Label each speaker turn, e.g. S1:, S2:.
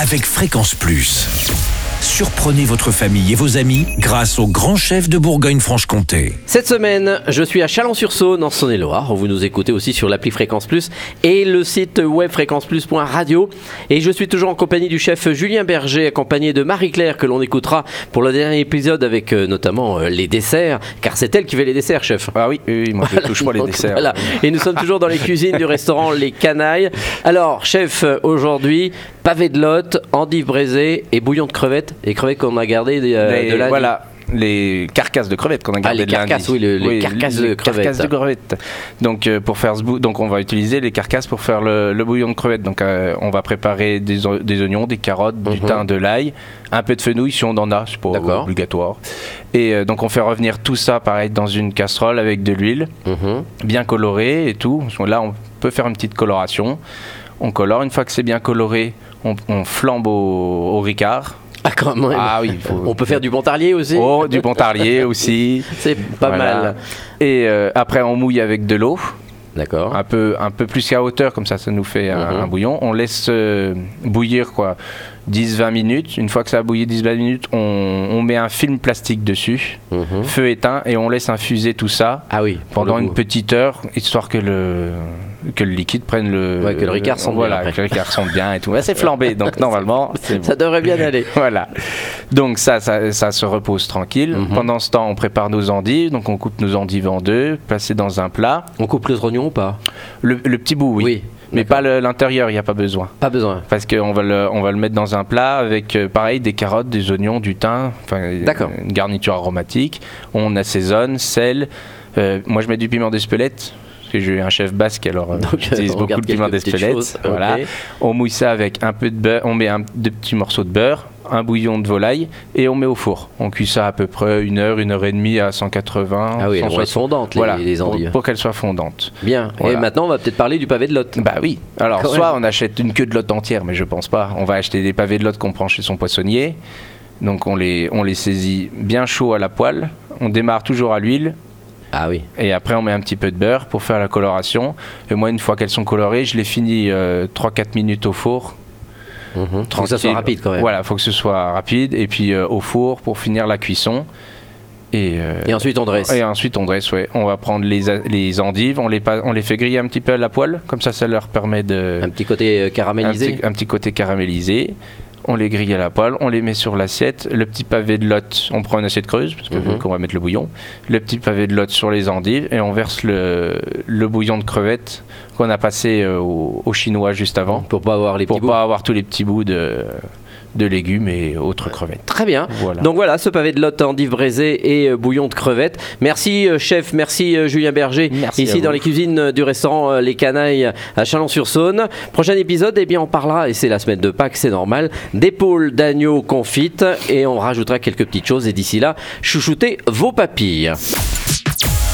S1: avec Fréquence Plus. Surprenez votre famille et vos amis grâce au grand chef de Bourgogne-Franche-Comté.
S2: Cette semaine, je suis à Chalon-sur-Saône, en Saône-et-Loire. Vous nous écoutez aussi sur l'appli Fréquence Plus et le site web fréquenceplus.radio. Et je suis toujours en compagnie du chef Julien Berger, accompagné de Marie-Claire, que l'on écoutera pour le dernier épisode avec euh, notamment euh, les desserts, car c'est elle qui fait les desserts, chef.
S3: Ah oui, oui, oui, moi je touche pas les
S2: Donc,
S3: desserts.
S2: voilà. Et nous sommes toujours dans les cuisines du restaurant Les Canailles. Alors, chef, euh, aujourd'hui, pavé de lotte, endive braisée et bouillon de crevettes. Les crevettes qu'on a gardées des, euh,
S3: Les-
S2: de lundi.
S3: voilà, les carcasses de crevettes qu'on a gardées
S2: les
S3: de lundi.
S2: carcasses, oui, le- les carcasses de crevettes.
S3: carcasses de crevettes. Donc euh, pour faire ce bou- donc on va utiliser les carcasses pour faire le, le bouillon de crevettes. Donc euh, on va préparer des, o- des oignons, des carottes, du
S2: Mhm.
S3: thym, de l'ail, un peu de fenouil si on en a, c'est pas
S2: D'accord.
S3: obligatoire. Et euh, donc on fait revenir tout ça pareil dans une casserole avec de l'huile.
S2: Mhm.
S3: bien coloré et tout. Parce que Là, on peut faire une petite coloration. On colore. Une fois que c'est bien coloré, on, on flambe au, au Ricard.
S2: Ah, quand même.
S3: Ah oui, faut-
S2: On peut faire du Bontarlier aussi.
S3: Oh, du Pontarlier aussi.
S2: C'est pas
S3: Voilà.
S2: mal.
S3: Et euh, après, on mouille avec de l'eau,
S2: D'accord.
S3: un peu, un peu plus qu'à hauteur, comme ça, ça nous fait un,
S2: Mhm.
S3: un bouillon. On laisse euh, bouillir quoi, 10-20 minutes. Une fois que ça a bouilli 10-20 minutes, on, on met un film plastique dessus,
S2: Mhm.
S3: feu éteint, et on laisse infuser tout ça
S2: Ah oui. pour
S3: pendant
S2: le
S3: une
S2: goût.
S3: petite heure, histoire que le que le liquide prenne le
S2: Ouais, que le Ricard sente bien
S3: voilà,
S2: après.
S3: que le Ricard sente bien et tout. Ouais, c'est flambé, donc normalement c'est bon.
S2: Ça devrait bien aller.
S3: Voilà. Donc ça, ça, ça se repose tranquille.
S2: Mhm.
S3: Pendant ce temps, on prépare nos endives. Donc on coupe nos endives en deux, placées dans un plat.
S2: On coupe les oignons ou pas
S3: Le, le petit bout, oui. Mais
S2: d'accord.
S3: pas le- l'intérieur, il n'y a pas besoin.
S2: Pas besoin.
S3: Parce qu'on va, le- on va le mettre dans un plat avec, euh, pareil, des carottes, des oignons, du thym, enfin,
S2: D'accord.
S3: une garniture aromatique. On assaisonne, sel. Euh, moi, je mets du piment d'Espelette. Parce que j'ai un chef basque, alors euh,
S2: Donc,
S3: j'utilise
S2: on
S3: beaucoup
S2: garde
S3: de piment
S2: quelques petites choses,
S3: d'Espelette. Voilà.
S2: ok.
S3: On mouille ça avec un peu de beurre, on met un, deux petits morceaux de beurre, un bouillon de volaille et on met au four. On cuit ça à peu près une heure, une heure et demie à 180.
S2: Ah oui, elles vont être
S3: 160.
S2: fondantes, les,
S3: Voilà,
S2: les
S3: pour,
S2: endives.
S3: pour qu'elles soient fondantes.
S2: Bien.
S3: Voilà.
S2: Et maintenant, on va peut-être parler du pavé de lotte.
S3: Bah oui. Alors,
S2: Quand
S3: soit
S2: même.
S3: on achète une queue de lotte entière, mais je pense pas. On va acheter des pavés de lotte qu'on prend chez son poissonnier. Donc, on les, on les saisit bien chaud à la poêle. On démarre toujours à l'huile.
S2: Ah oui.
S3: Et après, on met un petit peu de beurre pour faire la coloration. Et moi, une fois qu'elles sont colorées, je les finis euh, 3-4 minutes au four.
S2: Mhm. Faut que ça soit
S3: Tranquille.
S2: rapide quand même.
S3: Voilà, faut que ce soit rapide. Et puis euh, au four pour finir la cuisson. Et, euh,
S2: Et ensuite, on dresse.
S3: et ensuite, on dresse, ouais. On va prendre les, a- les endives, on les, pa- on les fait griller un petit peu à la poêle, comme ça, ça leur permet de.
S2: Un petit côté euh,
S3: un
S2: caramélisé.
S3: petit, un petit côté caramélisé. On les grille à la poêle, on les met sur l'assiette. Le petit pavé de lotte, on prend une assiette creuse, parce que
S2: Mhm.
S3: vu qu'on va mettre le bouillon. Le petit pavé de lotte sur les endives et on verse le, le bouillon de crevettes qu'on a passé euh, au, au chinois juste avant,
S2: Pour pas avoir les
S3: pour
S2: petits
S3: pas avoir tous les petits bouts de, de légumes et autres crevettes.
S2: bouts. Très bien.
S3: Voilà.
S2: Donc voilà, ce pavé de lotte, endive braisée et euh, bouillon de crevettes. Merci euh, chef, merci euh, Julien Berger,
S3: Merci à
S2: ici
S3: vous.
S2: dans les cuisines euh, du restaurant euh, Les Canailles à Chalon-sur-Saône. Prochain épisode, eh bien on parlera, et c'est la semaine de Pâques, c'est normal, d'épaules d'agneau confites et on rajoutera quelques petites choses. Et d'ici là, chouchoutez vos papilles.